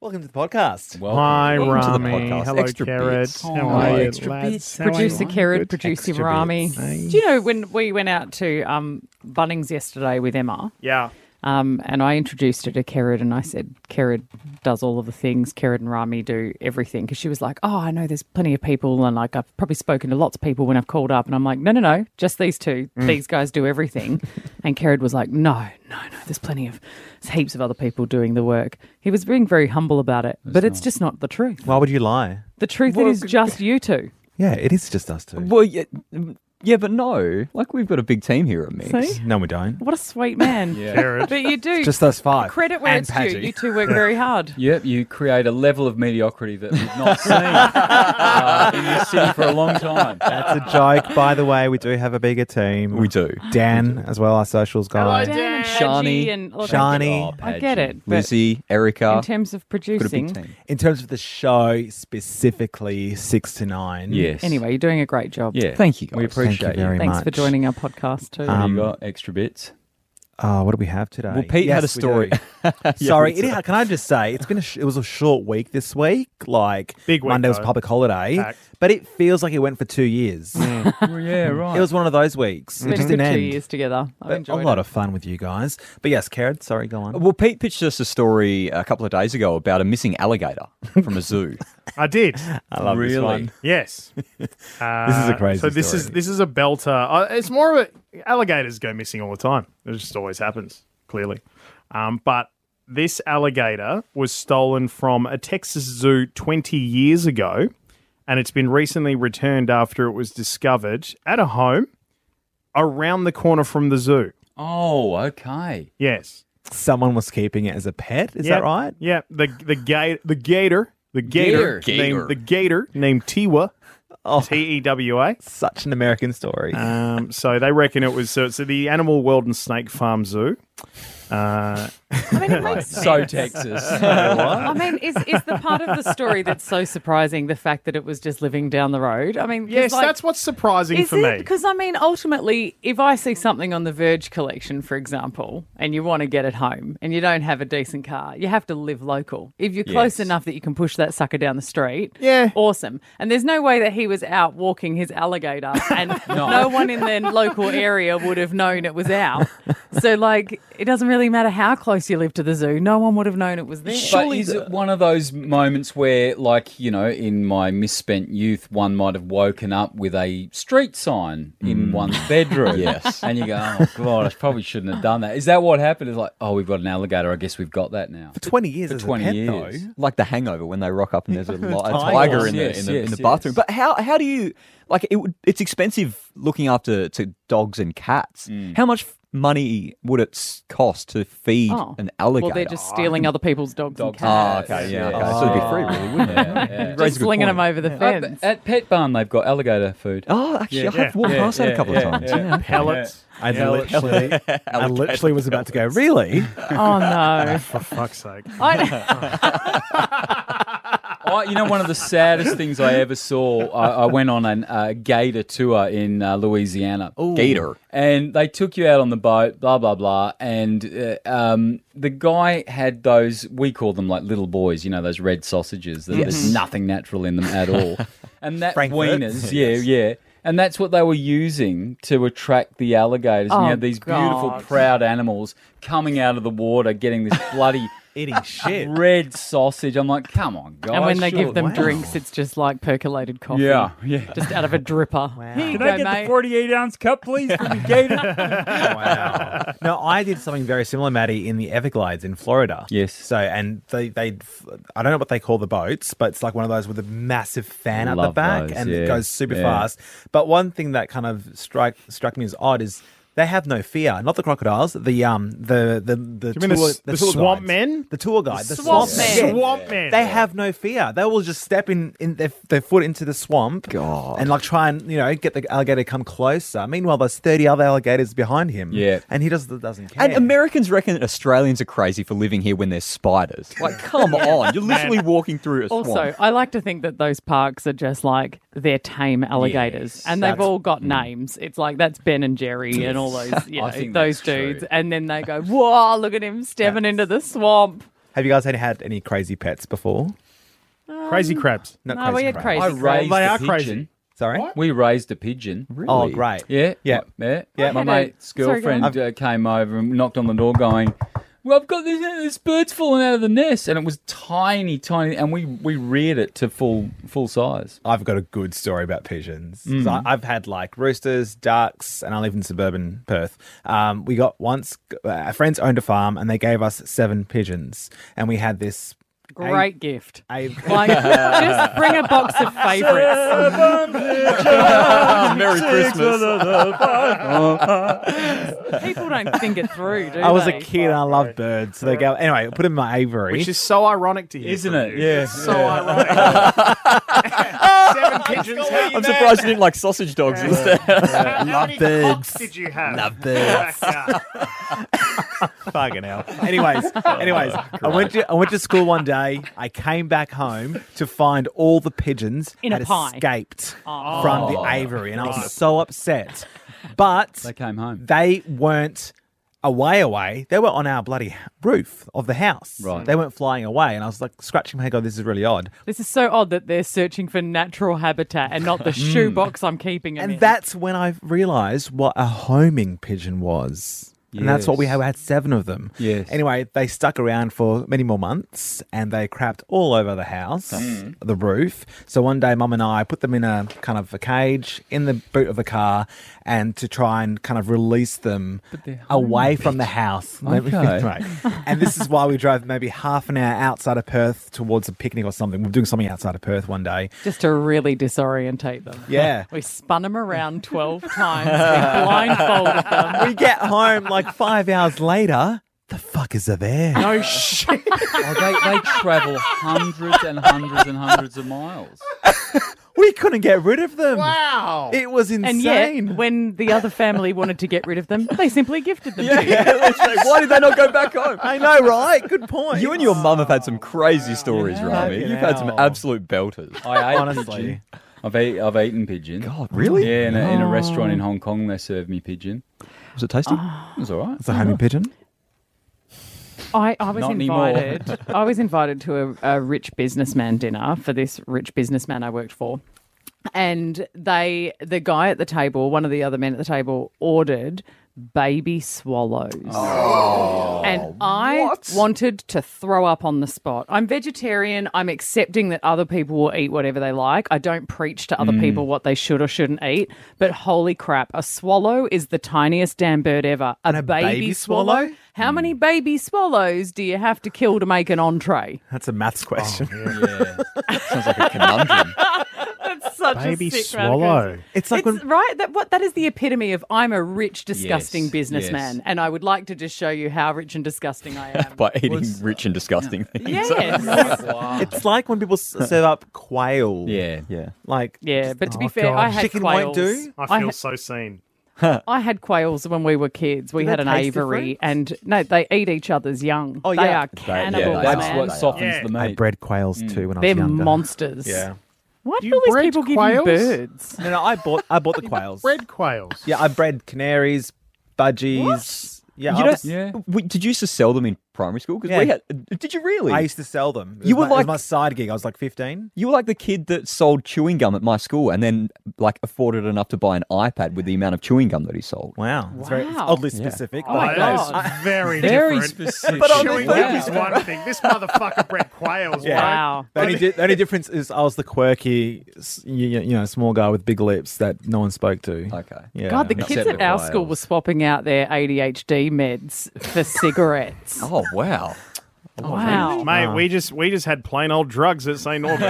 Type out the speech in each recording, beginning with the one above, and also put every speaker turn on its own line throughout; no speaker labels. Welcome to the podcast.
Welcome,
Hi,
welcome to the
Rami.
podcast.
Hello,
Extra
Carrot.
Bits.
How are
Hello,
you,
Extra
lads?
Bits.
How are
Producer
you?
Carrot,
Good.
producer
Extra
Rami.
bits.
Do you know when we went out to um, Bunnings yesterday with Emma,
Yeah.
um, and I introduced her to Kerrod, and I said Kerrod does all of the things Kerrod and Rami do everything because she was like, "Oh, I know there's plenty of people, and like I've probably spoken to lots of people when I've called up," and I'm like, "No, no, no, just these two. These guys do everything," and Kerrod was like, "No, no, no, there's plenty of there's heaps of other people doing the work." He was being very humble about it, but it's just not the truth.
Why would you lie?
The truth it is just you two.
Yeah, it is just us two.
Well, yeah,
mm.
yeah, but no. Like, we've got a big team here at Mix.
See?
No, we don't.
What a sweet man.
Carrot.
But you do.
Just us five.
credit where
And
it's due.
Paddy.
You two work very hard.
Yep, you create a level of mediocrity that we've not seen uh, in this city for a long time.
That's a joke, by the way. We do have a bigger team.
We do.
Dan as well, our socials guy.
Dan and
Oh, Shani.
Padgy and look,
Shani.
I get it, but-
Lizzie, Erica.
In terms of
got a big
producing,
team.
In terms of the show specifically, six to nine.
Yes.
anyway, you're doing a great job.
Yeah.
Thank you,
We
guys. Thank you
appreciate
very
Thanks for
much.
joining our podcast too.
What do
Um,
you got extra bits.
Oh, what do we have today?
Well, Pete had a
Yes, we
story.
do. Sorry, it, can I just say it's been a sh- it was a short week this week. Like
Big week,
Monday was
though.
public holiday,
Fact.
but it feels like it went for two years.
well, yeah,
Mm.
right.
Mm. It was one of those
it's
weeks. It
been a
just
good
didn't
two
end.
years together. I've
But a
enjoyed
lot
it.
of fun with you guys. But yes, Carrot, sorry, go on.
well, Pete pitched us a story a couple of days ago about a missing alligator from a zoo.
I did.
I
love this Really? one.
Yes. Uh,
This is a crazy
So this
story.
is this is a belter. Uh, it's more of a alligators go missing all the time. It just always happens. Clearly, um, but this alligator was stolen from a Texas zoo 20 years ago, and it's been recently returned after it was discovered at a home around the corner from the zoo.
Oh, okay.
Yes.
Someone was keeping it as a pet. Is
Yeah,
that right?
Yeah. The the gator the gator the gator,
Gator.
named the gator named Tiwa.
Oh.
T E W A.
Such an American story.
Um, so they reckon it was so it's at the Animal World and Snake Farm Zoo. Uh,
I mean, it makes sense.
So Texas.
I mean, is, is the part of the story that's so surprising the fact that it was just living down the road? I mean, 'cause,
yes,
like,
that's what's surprising
Is
for
it?
me.
Because I mean, ultimately, if I see something on the Verge collection, for example, and you want to get it home, and you don't have a decent car, you have to live local. If you're
Yes.
close enough that you can push that sucker down the street,
Yeah.
awesome. And there's no way that he was out walking his alligator, and no. one in the local area would have known it was out. So, like, it doesn't really matter how close you live to the zoo; no one would have known it was there.
Surely is it one of those moments where, like, you know, in my misspent youth, one might have woken up with a street sign
Mm.
in one's bedroom? yes. And you go, oh, God, I probably shouldn't have done that. Is that what happened? It's like, oh, we've got an alligator. I guess we've got that now.
for 20 years as
20
a pet,
years.
though.
Like the hangover when they rock up and there's a, li- a
Tigers.
tiger in the,
Yes,
in the,
yes,
in the
yes.
bathroom. But how, how do you, like, it would, it's expensive looking after to dogs and cats.
Mm.
How much money would it s- cost to feed
Oh.
an alligator?
Well, they're just stealing other people's dogs,
Dogs. Ah,
and
Oh,
cats.
okay, yeah.
Yes,
Okay. So it'd be
yes.
free, really, wouldn't it?
Yeah, yeah.
Raise a
Just
good
flinging them
point.
over the
Uh,
fence.
but at Pet Barn, they've got alligator food.
Oh, actually,
Yeah.
I have walked
Yeah,
past that
yeah,
a couple
yeah,
of times.
yeah.
yeah.
Pellets.
I literally, I literally was about to go, really?
oh no.
For fuck's sake.
I,
I, you know, one of the saddest things I ever saw, I, I went on a uh, gator tour in uh, Louisiana.
Gator.
And they took you out on the boat, blah, blah, blah. And uh, um, the guy had those, we call them like little boys, you know, those red sausages. That There's nothing natural in them at all. and that
Frankfurt.
wieners, yeah, yeah. And that's what they were using to attract the alligators. and
Oh,
you had these beautiful,
God.
proud animals coming out of the water, getting this bloody
Eating shit.
red sausage. I'm like, come on, guys.
and when they give
surely-
them
Wow.
drinks, it's just like percolated coffee.
Yeah, yeah.
Just out of a dripper. Here you
Can
go,
I get
mate.
the 48 ounce cup, please, from the gator?
wow. No, I did something very similar, Maddie, in the Everglades in Florida.
Yes.
So, and they, they, I don't know what they call the boats, but it's like one of those with a massive fan at the
Love
back
those,
and
yeah,
it goes super
yeah.
fast. But one thing that kind of struck struck me as odd is they have no fear. Not the crocodiles. The um the the the,
you mean the
tour-
s- the swamp
guides.
men?
The tour guide. The,
swamp
men.
men.
Swamp man.
They have no fear. They will just step in, in their, their foot into the swamp
God.
and like try and you know get the alligator to come closer. Meanwhile, there's 30 other alligators behind him.
Yeah.
and he just doesn't care.
And Americans reckon that Australians are crazy for living here when they're spiders. Like, come on. You're literally walking through a swamp.
Also, I like to think that those parks are just like they're tame alligators,
Yes,
and they've
that's-
all got names. It's like that's Ben and Jerry and all those, you
I
know,
think
those
that's true.
dudes, and then they go, "Whoa, look at him stepping into the swamp."
Have you guys had, had any crazy pets before?
Crazy crabs.
Not
Um, No, we had
crabs.
Oh, crazy.
I raised
They
a
are
pigeon.
crazy.
Sorry.
We raised a pigeon.
Oh, great.
Yeah,
Yeah.
my- yeah.
Yeah.
My
I had a-
mate's
Sorry, go on.
girlfriend uh, came over and knocked on the door, going, "Well, I've got this, this bird's fallen out of the nest, and it was tiny, tiny, and we we reared it to full full size."
I've got a good story about pigeons. 'Cause
Mm.
I, have had like roosters, ducks, and I live in suburban Perth. Um, we got once, uh, our friends owned a farm and they gave us seven pigeons. And we had this.
Great gift.
A,
Like, just bring a box of favourites.
Merry Christmas.
People don't think it through, do
I was a
they?
kid and I loved birds. So they go, anyway, put them in my aviary.
Which is so ironic to hear.
Isn't
from
it?
you.
Yeah.
So ironic. Seven pigeons. How,
I'm surprised you didn't like sausage dogs instead.
how many cocks
birds.
did you have?
birds.
Yeah.
Fucking hell. Anyways, anyways, I went to I went to school one day. I came back home to find all the pigeons
In a
had
pie.
escaped from the aviary, and I was so upset. But
They came home.
they weren't away away. They were on our bloody roof of the house.
Right.
They weren't flying away, and I was like scratching my head, going, "This is really odd."
This is so odd that they're searching for natural habitat and not the shoebox I'm keeping them
And
in.
that's when I realized what a homing pigeon was. And that's what we
Yes.
had. We had seven of them.
Yes.
Anyway, they stuck around for many more months and they crapped all over the house, the roof. So one day, mum and I put them in a kind of a cage in the boot of the car and to try and kind of release them
they're
away from the house. Let me think,
Okay.
right. and this is why we drove maybe half an hour outside of Perth towards a picnic or something. We We're doing something outside of Perth one day.
Just to really disorientate them.
Yeah.
We spun them around 12 times. We blindfolded them.
Um, we get home like five hours later. The fuckers are there.
No shit.
Oh, they, they travel hundreds and hundreds and hundreds of miles.
We couldn't get rid of them.
Wow.
It was
And
insane.
yet, when the other family wanted to get rid of them, they simply gifted them. to you.
Why did they not go back home?
I know, right? Good point.
You and your mum have
Oh,
had some crazy stories, Rami.
Fucking
You've had some
hell.
absolute belters.
I ate
honestly.
pigeon. I've, ate, I've eaten pigeon.
God, really?
Yeah, in a, in a restaurant in Hong Kong, they served me pigeon. Oh.
Was it tasty?
It was all right.
It's a homing pigeon.
I, I was
Not anymore.
invited. I was invited to a, a rich businessman dinner for this rich businessman I worked for, and they, the guy at the table, one of the other men at the table, ordered baby swallows, and I wanted to throw up on the spot. I'm vegetarian. I'm accepting that other people will eat whatever they like. I don't preach to other people what they should or shouldn't eat. But holy crap, a swallow is the tiniest damn bird ever. A, baby,
baby
swallow.
swallow?
How many baby swallows do you have to kill to make an entree?
That's a maths question.
Yeah.
Sounds like a conundrum.
That's such
Baby
a sick
swallow.
It's
It's
like when
right that what that is the epitome of I'm a rich disgusting
Yes,
businessman
yes.
and I would like to just show you how rich and disgusting I am.
By eating rich and disgusting things.
yes.
it's like when people s- serve up quail.
yeah.
Yeah.
Like
Yeah, but to be
Oh,
fair, I
God.
had
Chicken won't
quails.
do?
I
I
feel
ha-
so seen.
I had quails when we were kids. We
Do they
had an
taste
aviary,
different?
and no, they eat each other's young.
Oh,
they
yeah.
are
They-
yeah,
cannibals.
they are.
That's
man.
what softens
Yeah.
the Mm.
I
meat.
bred quails too when I
They're
was younger.
monsters.
Yeah.
Why do
You
all these
bred
people
quails?
give you birds?
No, no, I bought I bought the quails.
Red quails.
Yeah, I bred canaries, budgies. Yeah,
You
I,
know,
was-
Yeah.
we- did you used to sell them in primary school? Because we
Yeah.
had. Did you really?
I used to sell them. It
You
was
were
my, it was
like-
my side gig. I was like fifteen.
you were like the kid that sold chewing gum at my school, and then like afforded enough to buy an iPad with the amount of chewing gum that he sold.
Wow, it's very it's
Wow.
oddly
Yeah.
specific.
Oh my
but-
that is
God.
very
Very
different.
specific.
But I'm
Chewing
Wow.
gum is one thing. This motherfucker bred quails.
Yeah.
right?
Wow.
The only, di- the only difference is I was the quirky, s- you, you know, small guy with big lips that no one spoke to.
Okay.
Yeah.
God, the
Yeah.
kids
Except
at our
the
school were
quails.
swapping out their ADHD meds for cigarettes.
Oh wow!
wow.
Mate,
Uh-huh.
we just we just had plain old drugs at St. Norbert's.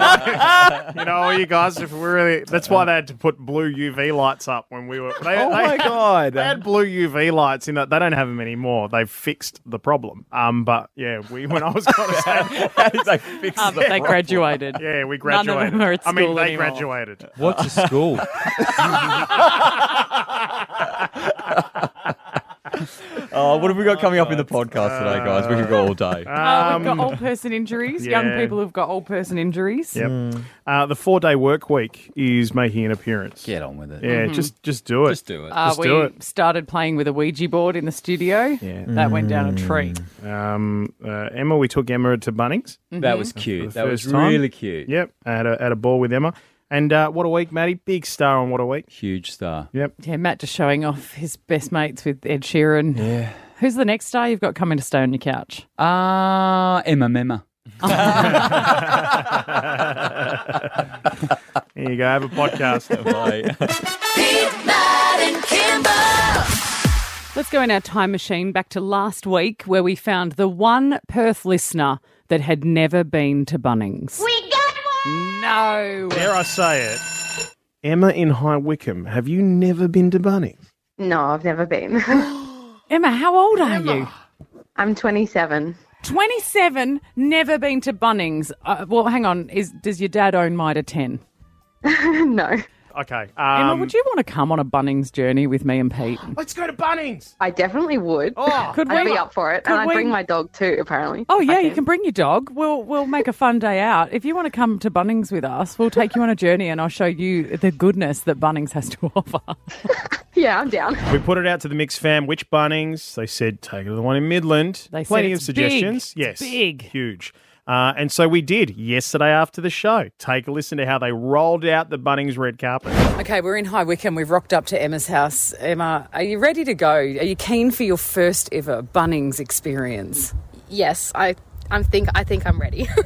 I mean, you know, you guys, if we really, that's why they had to put blue UV lights up when we were. They,
Oh
they,
my god.
They had blue UV lights in that. They don't have them anymore. They've fixed the problem. Um, but yeah, we when I was going to say,
How did they fix
Ah, but
that?
they graduated.
yeah, we
None of
graduated.
them are at
I mean,
school
they
anymore.
graduated.
What's a school?
Oh, what have we got coming up in the podcast today, guys? We could go all day.
Uh, we've got old person injuries.
Um, yeah.
Young people have got old person injuries.
Yep. Uh, the four day work week is making an appearance.
Get on with it.
Yeah, just just do it.
Just do it.
Mm-hmm. Uh,
Let's
we
do it.
started playing with a Ouija board in the studio.
Yeah.
That went down a tree.
Um, uh, Emma, we took Emma to Bunnings. Uh,
That was cute.
the
That was
first time.
really cute.
Yep, I had a, had a ball with Emma. And uh, what a week, Maddie. Big star on what a week.
Huge star.
Yep.
Yeah, Matt just showing off his best mates with Ed Sheeran. Yeah. Who's the next star you've got coming to stay on your couch?
Ah, Emma Memma.
There you go. Have a podcast.
Big Matt and Kimber.
Let's go in our time machine back to last week where we found the one Perth listener that had never been to Bunnings.
We got one.
No.
Dare I say it? Emma in High Wycombe, have you never been to Bunnings?
No, I've never been.
Emma, how old are you?
I'm 27.
27, never been to Bunnings. Uh, well, hang on. Is Does your dad own Mitre 10?
no,
Okay. Um,
Emma, would you want to come on a Bunnings journey with me and Pete?
Let's go to Bunnings.
I definitely would.
Oh, Could
I'd be up for it.
could
And I'd
we-
bring my dog too, apparently.
Oh yeah, you can bring your dog. We'll we'll make a fun day out. If you want to come to Bunnings with us, we'll take you on a journey and I'll show you the goodness that Bunnings has to offer.
Yeah, I'm down.
We put it out to the Mix fam. Which Bunnings? They said take it to the one in Midland.
They said
Plenty
it's
of
big.
suggestions.
It's
yes.
big.
Huge. Uh, and so we did yesterday after the show. Take a listen to how they rolled out the Bunnings red carpet.
Okay, we're in High Wycombe. We've rocked up to Emma's house. Emma, are you ready to go? Are you keen for your first ever Bunnings experience?
Yes, I I'm think I think I'm ready.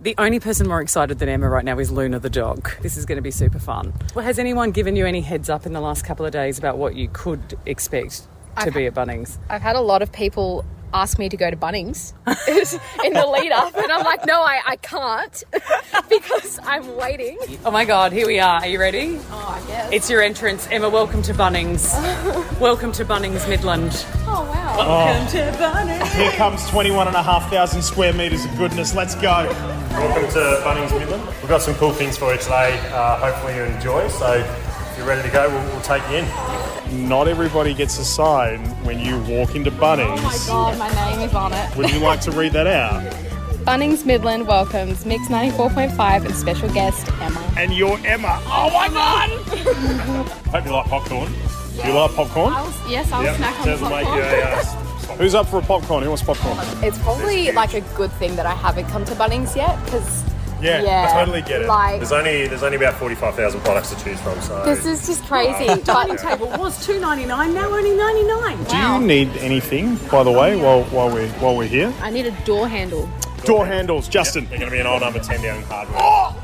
The only person more excited than Emma right now is Luna the dog. This is going to be super fun. Well, has anyone given you any heads up in the last couple of days about what you could expect to be at Bunnings?
I've had a lot of people ask me to go to Bunnings in the lead up and I'm like, no, I, I can't because I'm waiting.
Oh my god, here we are. Are you ready?
Oh yes.
It's your entrance. Emma, welcome to Bunnings. welcome to Bunnings Midland.
oh wow.
Welcome to Bunnings.
Here comes 21,500 square metres of goodness. Let's go.
Welcome to Bunnings Midland. We've got some cool things for you today. Uh, hopefully you enjoy. So if you're ready to go, we'll, we'll take you in.
Not everybody gets a sign when you walk into Bunnings.
Oh
god, Oh my name is on it.
Would you like to read that out?
Bunnings Midland welcomes Mix 94.5 and special guest Emma.
And you're Emma. Oh my god! Hope you like popcorn. Do you like popcorn?
yes, I'll snack on the
Doesn't make you
popcorn.
a, uh,
Who's up for a popcorn? Who wants popcorn?
It's probably like a good thing that I haven't come to Bunnings yet because
yeah,
Yeah,
I totally get it.
like-
there's only there's only about forty five thousand products to choose from. So
this is just crazy. But
table was two ninety nine, now only ninety nine.
Do you need anything, by the way, while, while, we're, while we're here?
I need a door handle.
Door handles, Justin.
you're going to be an old number ten down in hardware.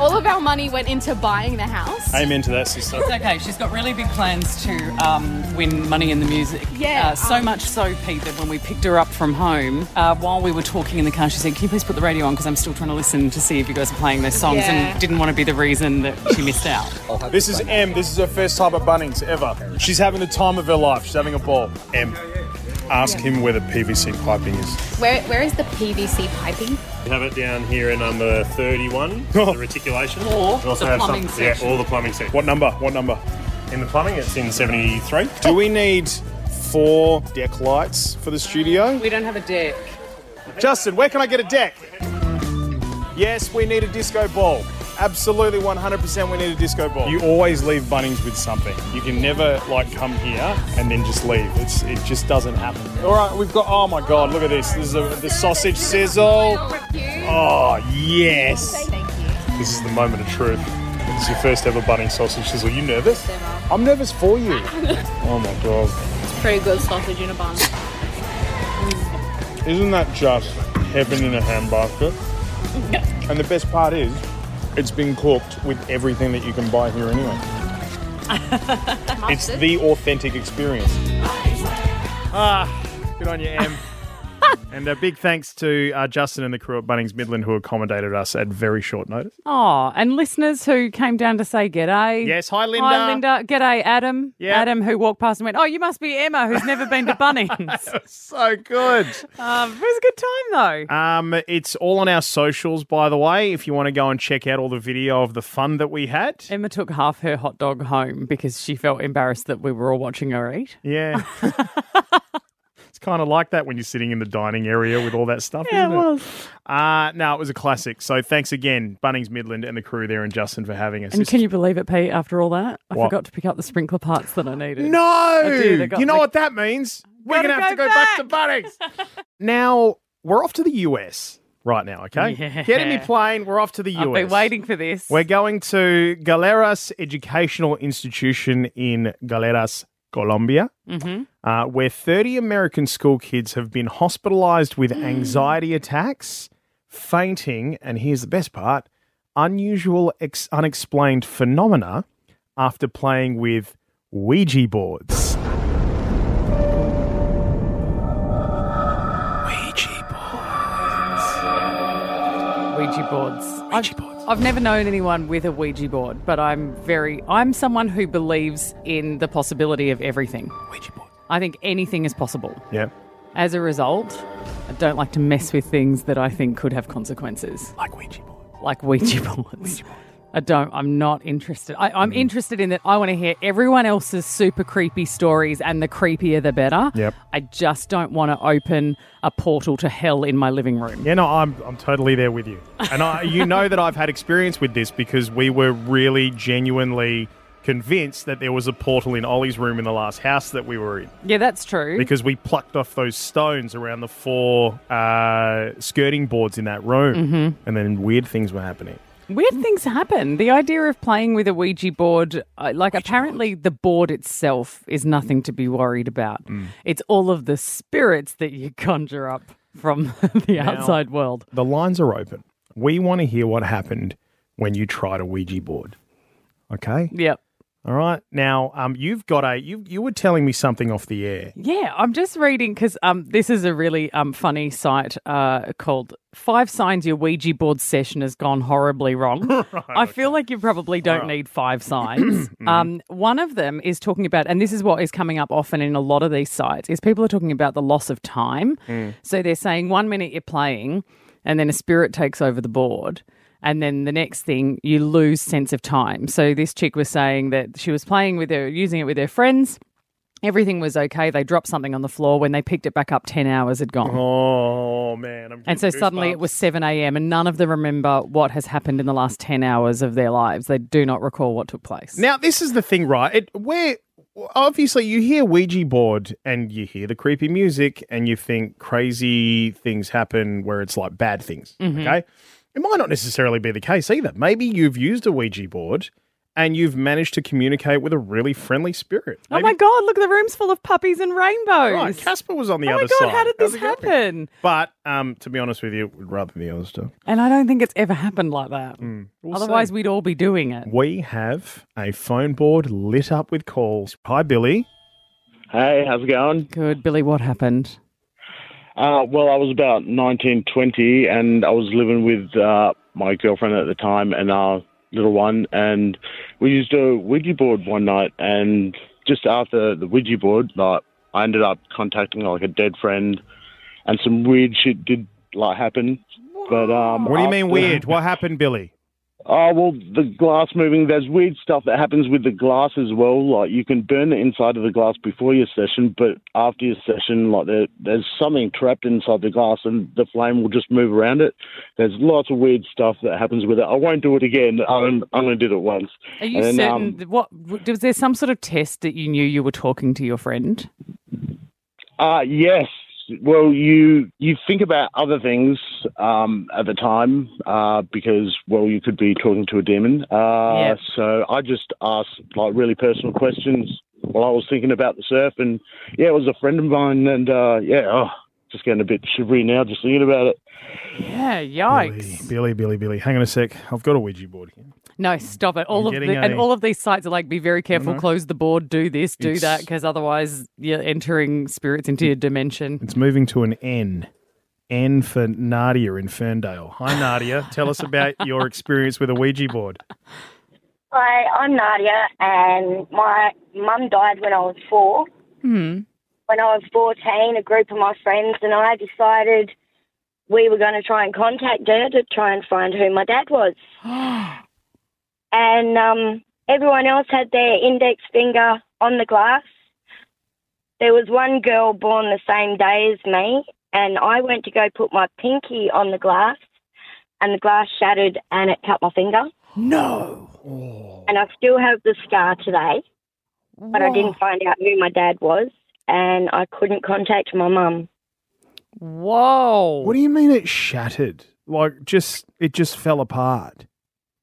All of our money went into buying the house.
Amen to that, sister.
It's okay. She's got really big plans to um, win money in the music.
Yeah,
Uh, so
um,
much so, Pete, that when we picked her up from home, uh, while we were talking in the car, she said, "Can you please put the radio on? Because I'm still trying to listen to see if you guys are playing those songs."
Yeah.
And didn't want to be the reason that she missed out.
This is Em. This is her first time at Bunnings ever. She's having the time of her life. She's having a ball. Em, ask him where the PVC piping is.
Where, where is the PVC piping?
We have it down here in number thirty one, the reticulation.
Or
We also
the
have
plumbing
some, yeah,
section.
all the plumbing section.
Oh. What number? What number?
In the plumbing, it's in seventy three.
Do we need four deck lights for the studio?
We don't have a deck.
Justin, where can I get a deck? Yes, we need a disco ball. Absolutely, 100% we need a disco ball. You always leave Bunnings with something. You can never, like, come here and then just leave. It's It just doesn't happen. All right, we've got, oh my God, look at this. This is a, the sausage sizzle. Oh, yes. This is the moment of truth. It's your first ever Bunnings sausage sizzle. You nervous? I'm nervous for you. Oh my God.
Pretty good sausage in a bun.
Isn't that just heaven in a handbasket? And the best part is, it's been cooked with everything that you can buy here anyway. it's the authentic experience. Ah, good on you, Em. And a big thanks to uh, Justin and the crew at Bunnings Midland who accommodated us at very short notice.
Oh, and listeners who came down to say g'day.
Yes, hi, Linda.
Hi, Linda. G'day, Adam.
Yeah.
Adam, who walked past and went, Oh, you must be Emma, who's never been to Bunnings.
So good.
um, it was a good time, though.
Um, it's all on our socials, by the way, if you want to go and check out all the video of the fun that we had.
Emma took half her hot dog home because she felt embarrassed that we were all watching her eat.
Yeah. it's kind of like that when you're sitting in the dining area with all that stuff, isn't it? Uh, no, it was a classic. So thanks again, Bunnings Midland and the crew there and Justin for having us.
And
It's-
can you believe it, Pete? After all that, I
What?
forgot to pick up the sprinkler parts that I needed.
No,
did. I got
you know
the-
what that means. We're
Gotta
gonna have to
go
go back, to Bunnings. now we're off to the US right now. Okay,
Yeah.
get in your plane. We're off to the US.
I've been waiting for this.
We're going to Galeras Educational Institution in Galeras, Colombia,
Mhm.
uh, where 30 American school kids have been hospitalized with anxiety attacks, fainting, and here's the best part unusual, ex- unexplained phenomena after playing with Ouija boards. Ouija boards.
Ouija boards. I've,
boards.
I've never known anyone with a Ouija board, but I'm very I'm someone who believes in the possibility of everything.
Ouija boards.
I think anything is possible.
Yeah,
As a result, I don't like to mess with things that I think could have consequences,
like Ouija boards.
like Ouija boards. I don't. I'm not interested. I,
Mm.
I'm interested in that. I want to hear everyone else's super creepy stories, and the creepier the better.
Yep.
I just don't want to open a portal to hell in my living room.
Yeah, no, I'm I'm totally there with you, and I, you know that I've had experience with this because we were really genuinely convinced that there was a portal in Ollie's room in the last house that we were in
Yeah, that's true.
because we plucked off those stones around the four uh, skirting boards in that room, and then weird things were happening.
Weird things happen. The idea of playing with a Ouija board, uh, like apparently the board itself is nothing to be worried about. It's all of the spirits that you conjure up from the outside world.
The lines are open. We want to hear what happened when you tried a Ouija board. Okay,
Yep.
all right. Now, um, you've got a you you were telling me something off the air.
Yeah, I'm just reading because um, this is a really um, funny site uh, called Five Signs Your Ouija Board Session Has Gone Horribly Wrong. I feel like you probably don't need five signs. um, one of them is talking about, and this is what is coming up often in a lot of these sites, is people are talking about the loss of time.
Mm.
So they're saying one minute you're playing, and then a spirit takes over the board. And then the next thing, you lose sense of time. So this chick was saying that she was playing with her, using it with her friends. Everything was okay. They dropped something on the floor. When they picked it back up, 10 hours had gone.
Oh man, I'm
And so
getting
suddenly
goosebumps.
it was 7 a.m., and none of them remember what has happened in the last 10 hours of their lives. They do not recall what took place.
Now, this is the thing, right? It where obviously you hear Ouija board and you hear the creepy music and you think crazy things happen where it's like bad things.
Mm-hmm.
Okay. It might not necessarily be the case either. Maybe you've used a Ouija board and you've managed to communicate with a really friendly spirit.
oh
Maybe-
my God, look, the room's full of puppies and rainbows.
Right, Casper was on the
oh
other
my God,
side.
how did
How's
this
it going?
happen?
But um, to be honest with you, we'd rather be honest. Too.
And I don't think it's ever happened like that.
Hmm. We'll
Otherwise,
see.
we'd all be doing it.
we have a phone board lit up with calls. Hi, Billy.
Hey, how's it going?
Good, Billy, what happened?
Uh, well, I was about 19, 20, and I was living with uh, my girlfriend at the time and our little one, and we used a Ouija board one night, and just after the Ouija board, like, I ended up contacting like a dead friend, and some weird shit did like happen. But um,
What do you mean
after-
weird? What happened, Billy?
Oh well, the glass moving. There's weird stuff that happens with the glass as well. Like you can burn the inside of the glass before your session, but after your session, like there, there's something trapped inside the glass, and the flame will just move around it. There's lots of weird stuff that happens with it. I won't do it again. I'm I'm gonna do it once.
Are you
And, um,
certain? what was there some sort of test that you knew you were talking to your friend?
Uh yes. Well, you you think about other things um, at the time uh, because well, you could be talking to a demon. Uh,
Yeah.
So I just asked like really personal questions while I was thinking about the surf, and yeah, it was a friend of mine, and uh, yeah, oh, just getting a bit shivery now just thinking about it.
Yeah,
Billy,
yikes.
Billy, Billy, Billy. Hang on a sec. I've got a Ouija board here.
No, stop it. All of
getting
the, and
a- Uh-huh.
all of these sites are like, be very careful, close the board, do this, do that,
It's-
because otherwise you're entering spirits into your dimension.
It's moving to an N. N for Nadia in Ferndale. Hi, Nadia. Tell us about your experience with a Ouija board.
Hi, I'm Nadia, and my mum died when I was four.
Hmm.
When I was 14, a group of my friends and I decided we were going to try and contact her to try and find who my dad was. and um, everyone else had their index finger on the glass. There was one girl born the same day as me, and I went to go put my pinky on the glass, and the glass shattered and it cut my finger.
No.
And I still have the scar today, but I didn't find out who my dad was, and I couldn't contact my mum.
Whoa.
What do you mean it shattered? Like, just, it just fell apart.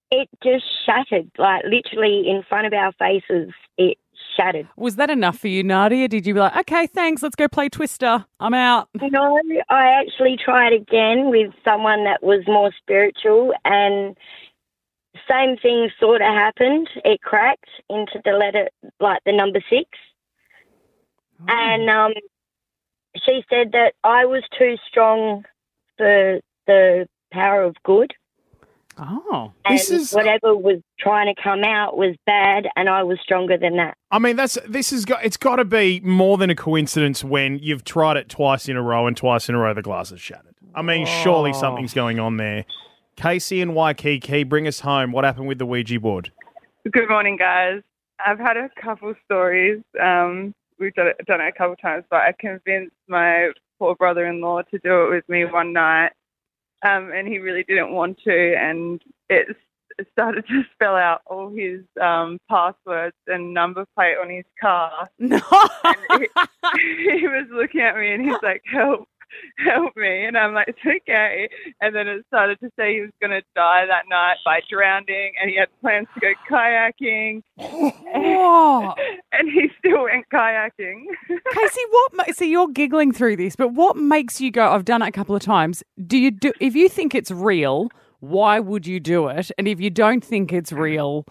It just shattered, like literally in front of our faces. It shattered.
Was that enough for you, Nadia? Did you be like, okay, thanks, let's go play Twister. I'm out.
No, I actually tried again with someone that was more spiritual, and same thing sort of happened. It cracked into the letter, like the number six, and um, she said that I was too strong for the power of good.
Oh,
and whatever was trying to come out was bad, and I was stronger than that.
I mean, that's this has got it's got to be more than a coincidence when you've tried it twice in a row and twice in a row the glass is shattered. I mean, surely
Whoa.
something's going on there. Casey and Waikiki, bring us home. What happened with the Ouija board?
Good morning, guys. I've had a couple stories. Um, we've done it, done it a couple times, but I convinced my poor brother-in-law to do it with me one night, um, and he really didn't want to, and it s- started to spell out all his um, passwords and number plate on his car.
No.
And he, he was looking at me, and he's like, "Help." Help me, and I'm like, it's okay. And then it started to say he was going to die that night by drowning, and he had plans to go kayaking. and he still went kayaking.
Casey, what? ma- So you're giggling through this, but what makes you go? I've done it a couple of times. Do you do? If you think it's real, why would you do it? And if you don't think it's real,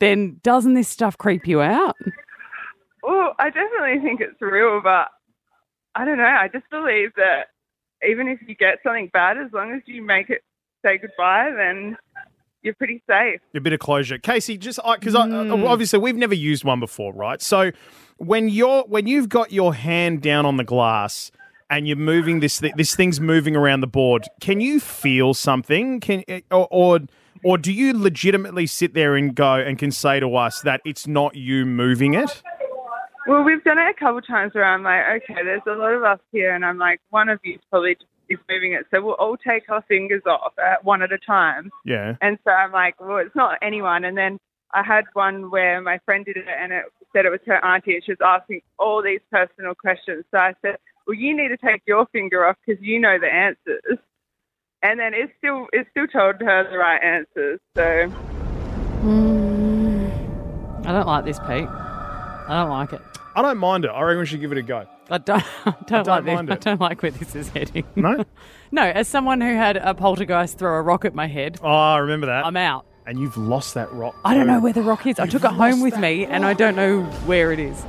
then doesn't this stuff creep you out?
Well, I definitely think it's real, but I don't know. I just believe that even if you get something bad, as long as you make it say goodbye, then you're pretty safe.
A bit of closure, Casey. Just because I,
Mm.
obviously we've never used one before, right? So when you're when you've got your hand down on the glass and you're moving this thi- this thing's moving around the board, can you feel something? Can eh, or, or or do you legitimately sit there and go and can say to us that it's not you moving it?
Well, we've done it a couple times where I'm like, okay, there's a lot of us here, and I'm like, one of you probably just is moving it, so we'll all take our fingers off at one at a time.
Yeah.
And so I'm like, well, it's not anyone. And then I had one where my friend did it and it said it was her auntie and she was asking all these personal questions. So I said, well, you need to take your finger off because you know the answers. And then it still it still told her the right answers. So
I don't like this, Pete. I don't like it.
I don't mind it. I reckon we should give it a go.
I don't. I don't, like
mind
this.
it.
I don't like where this is heading.
No?
no. As someone who had a poltergeist throw a rock at my head.
Oh, I remember that. I'm
out.
And you've lost that rock.
I don't know
too.
where the rock is. I took it home with me, and I don't know where it is.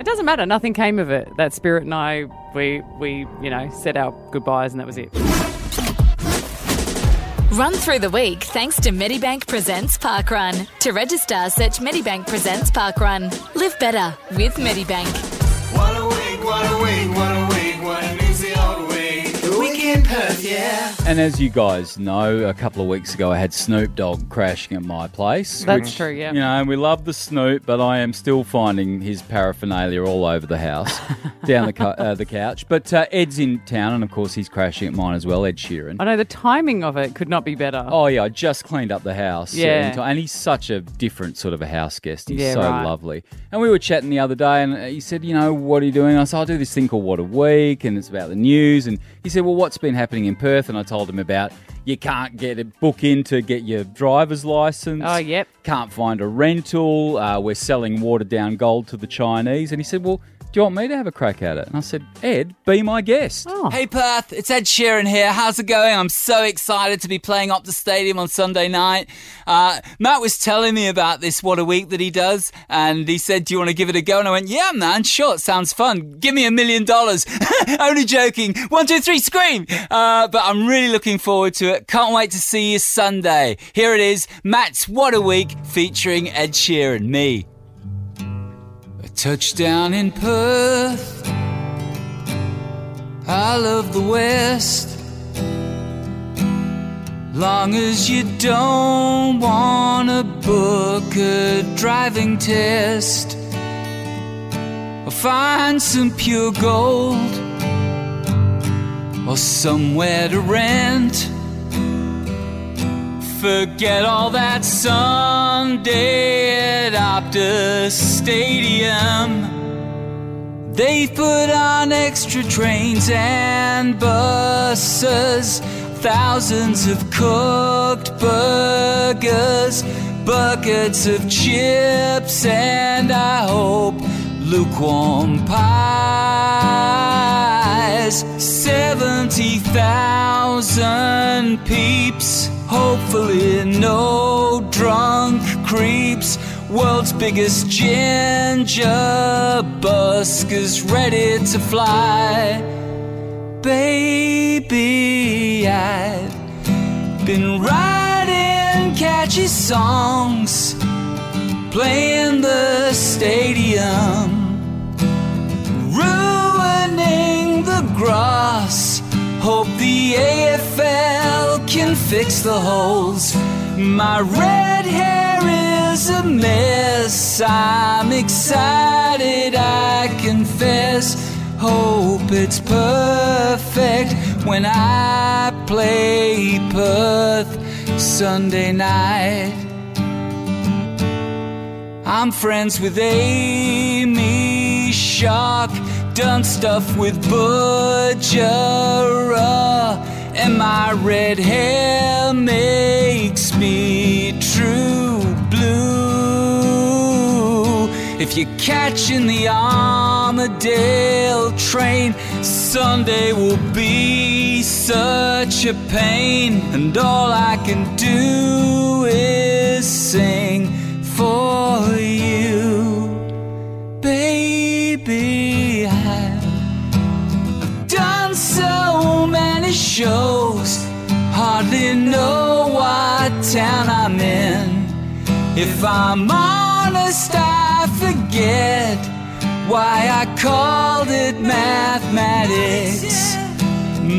It doesn't matter. Nothing came of it. That spirit and I, we, we, you know, said our goodbyes, and that was it.
Run through the week thanks to Medibank Presents Parkrun. To register, search Medibank Presents Parkrun. Live better with Medibank.
What a week, what a week, what a week, what an easy old week. The weekend Perth, yeah.
And as you guys know, a couple of weeks ago, I had Snoop Dogg crashing at my place.
That's true, yeah.
You know, and we love the Snoop, but I am still finding his paraphernalia all over the house, down the, cou- uh, the couch. But uh, Ed's in town, and of course, he's crashing at mine as well, Ed Sheeran.
I know the timing of it could not be better.
Oh yeah, I just cleaned up the house.
Yeah.
and, and he's such a different sort of a house guest. He's
Yeah,
so
right.
lovely. And we were chatting the other day, and he said, "You know, what are you doing?" I said, "I do this thing called What a Week, and it's about the news." And he said, "Well, what's been happening in Perth?" And I told him about you can't get a book in to get your driver's license.
Oh, yep.
Can't find a rental. Uh, we're selling watered down gold to the Chinese. And he said, "Well." Do you want me to have a crack at it? And I said, Ed, be my guest.
Oh.
Hey Perth, it's Ed Sheeran here. How's it going? I'm so excited to be playing up the stadium on Sunday night. Uh, Matt was telling me about this What a Week that he does, and he said, Do you want to give it a go? And I went, Yeah, man, sure, it sounds fun. Give me a million dollars. Only joking. One, two, three, scream. Uh, but I'm really looking forward to it. Can't wait to see you Sunday. Here it is Matt's What a Week featuring Ed Sheeran, me. A touchdown in Perth. I love the West. Long as you don't wanna book a driving test, or find some pure gold, or somewhere to rent. Forget all that Sunday at Optus Stadium. They've put on extra trains and buses, thousands of cooked burgers, buckets of chips, and I hope lukewarm pies. 70,000 peeps, hopefully, no drunk creeps. World's biggest ginger buskers ready to fly. Baby, I've been writing catchy songs, playing the stadium, ruining the grass. Hope the AFL can fix the holes. My red hair is a mess. I'm excited, I confess. Hope it's perfect when I play Perth Sunday night. I'm friends with Amy Shark, done stuff with Butcher, and my red hair makes me true blue. If you're catching the Armadale train, Sunday will be such a pain, and all I can do is sing for you, baby. I've done so many shows, hardly know what town I'm in. If I'm honest, I forget why I called it mathematics.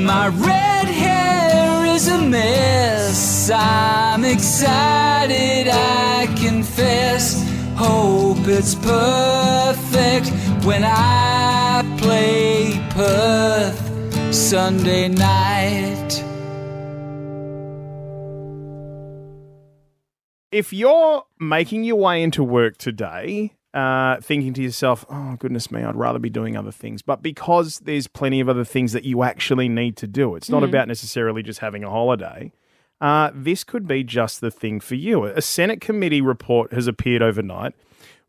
My red hair is a mess. I'm excited, I confess. Hope it's perfect when I play Perth Sunday night.
If you're making your way into work today, uh, thinking to yourself, oh, goodness me, I'd rather be doing other things. But because there's plenty of other things that you actually need to do, it's not
Mhm.
about necessarily just having a holiday. Uh, this could be just the thing for you. A Senate committee report has appeared overnight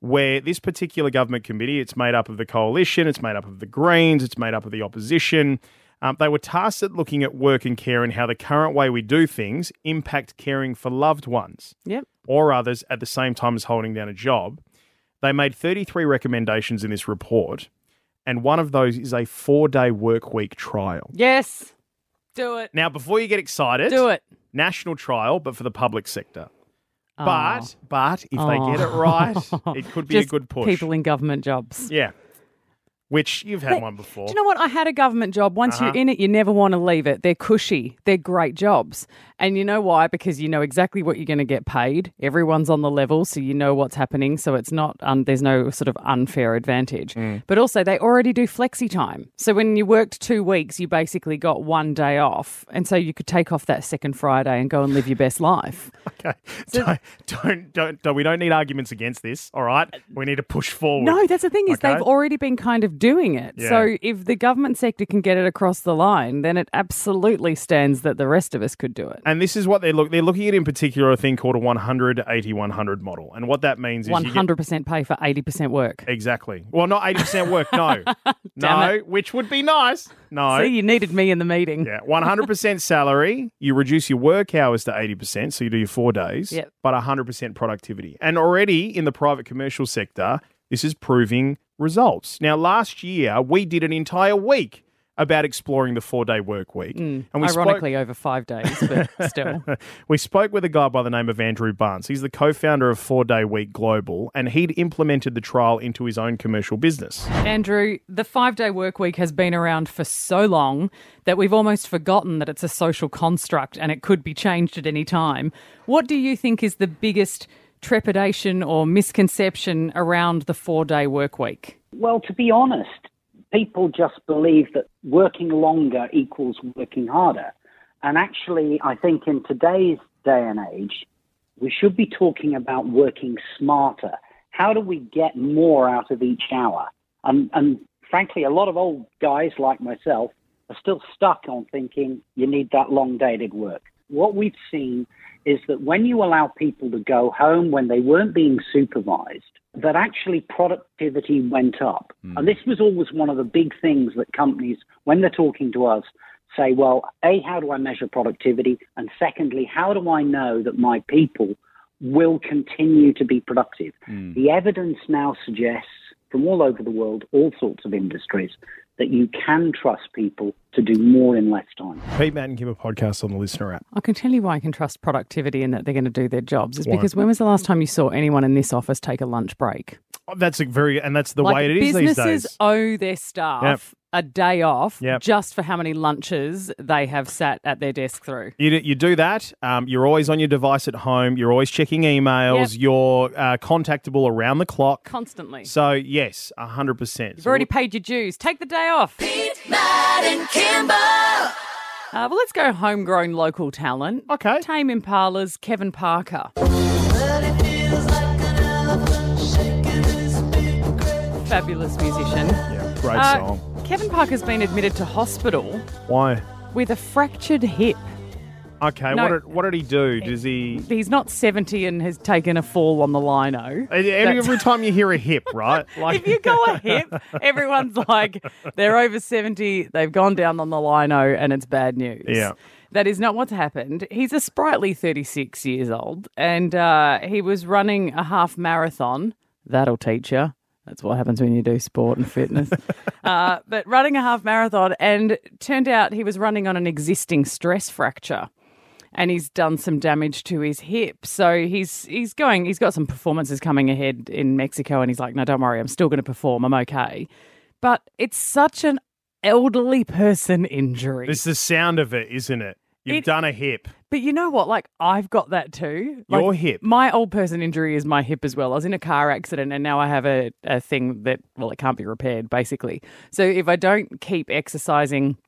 where this particular government committee, it's made up of the coalition, it's made up of the Greens, it's made up of the opposition. Um, they were tasked at looking at work and care and how the current way we do things impact caring for loved ones
Yep.
or others at the same time as holding down a job. They made 33 recommendations in this report, and one of those is a four day work week trial.
Yes. Do it.
Now, before you get excited,
Do it.
National trial, but for the public sector.
Oh.
But, but if they get it right, it could be
Just
a good push.
People in government jobs.
Yeah. Which you've had
But
one before.
Do you know what? I had a government job. Once
Uh-huh.
you're in it, you never want to leave it. They're cushy. They're great jobs. And you know why? Because you know exactly what you're going to get paid. Everyone's on the level, so you know what's happening. So it's not, um, there's no sort of unfair advantage.
Mm.
But also, they already do flexi time. So when you worked two weeks, you basically got one day off. And so you could take off that second Friday and go and live your best life.
okay. don't, don't, don't, don't- we don't need arguments against this, all right? We need to push forward.
Uh, No, that's the thing is
Okay?
they've already been kind of doing it.
Yeah.
So if the government sector can get it across the line, then it absolutely stands that the rest of us could do it.
And this is what they look. They're looking at in particular a thing called a 100 80 100 model, and what that means is you get-
100% pay for 80% work.
Exactly. Well, not 80% work. No. no, which would be nice. No.
See, you needed me in the meeting.
Yeah, 100% salary. You reduce your work hours to 80%, so you do your four days,
Yep.
but 100% productivity. And already in the private commercial sector, this is proving results. Now, last year, we did an entire week about exploring the four day work week.
Mm,
And we spoke-
Ironically, over five days, but still.
we spoke with a guy by the name of Andrew Barnes. He's the co founder of Four Day Week Global, and he'd implemented the trial into his own commercial business.
Andrew, the five day work week has been around for so long that we've almost forgotten that it's a social construct and it could be changed at any time. What do you think is the biggest trepidation or misconception around the four day work week?
Well, to be honest, people just believe that working longer equals working harder. And actually, I think in today's day and age, we should be talking about working smarter. How do we get more out of each hour? And, and frankly, a lot of old guys like myself are still stuck on thinking you need that long dated work. What we've seen is that when you allow people to go home when they weren't being supervised, that actually productivity went up. And this was always one of the big things that companies, when they're talking to us, say, well, A, how do I measure productivity? And secondly, how do I know that my people will continue to be productive?
Hmm.
The evidence now suggests from all over the world, all sorts of industries, that you can trust people to do more in less time.
Pete Matt and Kim, a podcast on the listener app.
I can tell you why I can trust productivity and that they're going to do their jobs is
Why?
because when was the last time you saw anyone in this office take a lunch break?
Oh, That's a very, and that's the
Like,
way it is these
businesses
days.
owe their staff
Yep.
a day off
Yep.
just for how many lunches they have sat at their desk through.
You, do- you do that. Um, you're always on your device at home. You're always checking emails.
Yep.
You're uh, contactable around the clock.
Constantly.
So, yes, 100%.
You've already paid your dues. Take the day off. Uh, Pete, Matt, and Kimber. Uh, well, let's go homegrown local talent.
Okay.
Tame Impala's Kevin Parker. Fabulous musician.
Great
Uh,
song.
Kevin Parker's been admitted to hospital
Why?
with a fractured hip.
Okay,
No.
what, did, what did he do? Does he.
He's not 70 and has taken a fall on the lino.
Every, every time you hear a hip, right? Like,
if you go a hip, everyone's like, they're over 70, they've gone down on the lino, and it's bad news.
Yeah.
That is not what's happened. He's a sprightly 36 years old, and uh, he was running a half marathon. That'll teach you. That's what happens when you do sport and fitness. uh, but running a half marathon, and turned out he was running on an existing stress fracture, and he's done some damage to his hip. So he's he's going. He's got some performances coming ahead in Mexico, and he's like, "No, don't worry, I'm still going to perform. I'm okay." But it's such an elderly person injury.
It's the sound of it, isn't it? You've
It-
done a hip.
But you know what? Like I've got that too. Like,
Your hip.
My old person injury is my hip as well. I was in a car accident and now I have a, a thing that well, it can't be repaired basically. So if I don't keep exercising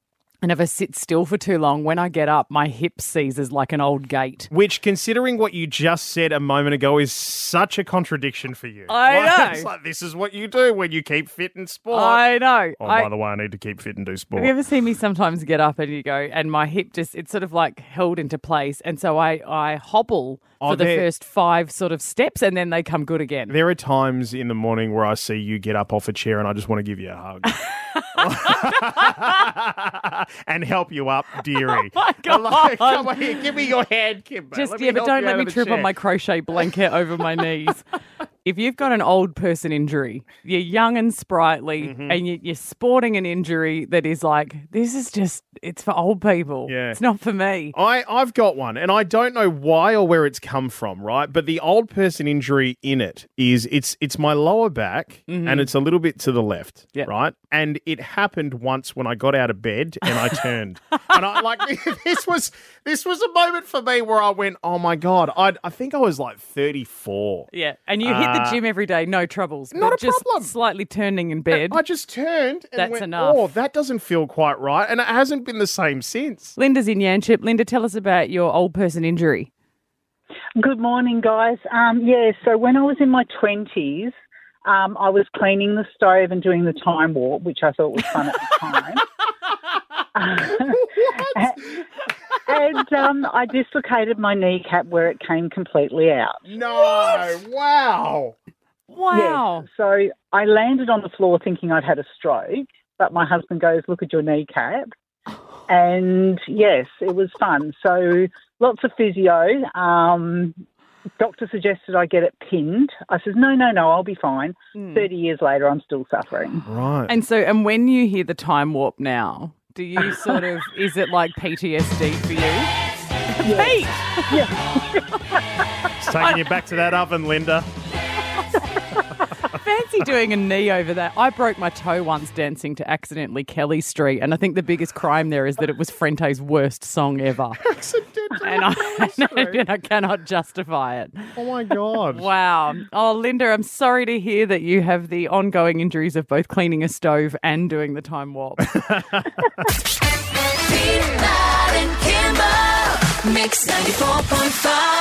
and if I sit still for too long, when I get up, my hip seizes like an old gate.
Which, considering what you just said a moment ago, is such a contradiction for you.
I
Like,
know.
it's like, this is what you do when you keep fit and sport.
I know.
Oh,
I-
by the way, I need to keep fit and do sport.
Have you ever seen me sometimes get up and you go, and my hip just, it's sort of like held into place. And so I, I hobble
Oh,
for the
there-
first five sort of steps and then they come good again.
There are times in the morning where I see you get up off a chair and I just want to give you a hug and help you up, dearie.
my
I'm
God.
like, come here, give me your hand, Kimber.
Just
Let me
yeah, but
help
don't
you
let
out
me
of the
trip
chair.
on my crochet blanket over my knees. If you've got an old person injury, you're young and sprightly,
Mm-hmm.
and you, you're sporting an injury that is like this is just it's for old people.
Yeah.
it's not for me.
I, I've got one, and I don't know why or where it's come from, right? But the old person injury in it is it's it's my lower back,
Mhm.
and it's a little bit to the left,
Yeah.
right? And it happened once when I got out of bed and I turned, and I like this was this was a moment for me where I went, oh my god, I I think I was like thirty four.
Yeah, and you hit the
Uh,
gym every day, no troubles. Not a just problem. Slightly turning in bed.
I just turned. And
That's
went,
enough.
Oh, that doesn't feel quite right, and it hasn't been the same since.
Linda's in Yanchep. Linda, tell us about your old person injury.
Good morning, guys. Um, yeah, so when I was in my 20s, Um, I was cleaning the stove and doing the time warp, which I thought was fun at the time. and um, I dislocated my kneecap where it came completely out.
No, wow.
Wow. So I landed on the floor thinking I'd had a stroke, but my husband goes, Look at your kneecap. And yes, it was fun. So lots of physio. Um, doctor suggested I get it pinned. I says, No, no, no, I'll be fine. 30 years later, I'm still suffering.
Right.
And so, and when you hear the time warp now, do you sort of, is it like PTSD for you?
Pete!
It's taking you back to that oven, Linda.
Fancy doing a knee over that. I broke my toe once dancing to accidentally Kelly Street, and I think the biggest crime there is that it was Frente's worst song ever. And I, and I cannot justify it.
Oh my god!
Wow. Oh, Linda, I'm sorry to hear that you have the ongoing injuries of both cleaning a stove and doing the time warp.
Matt and Kimber, Mix 94.5.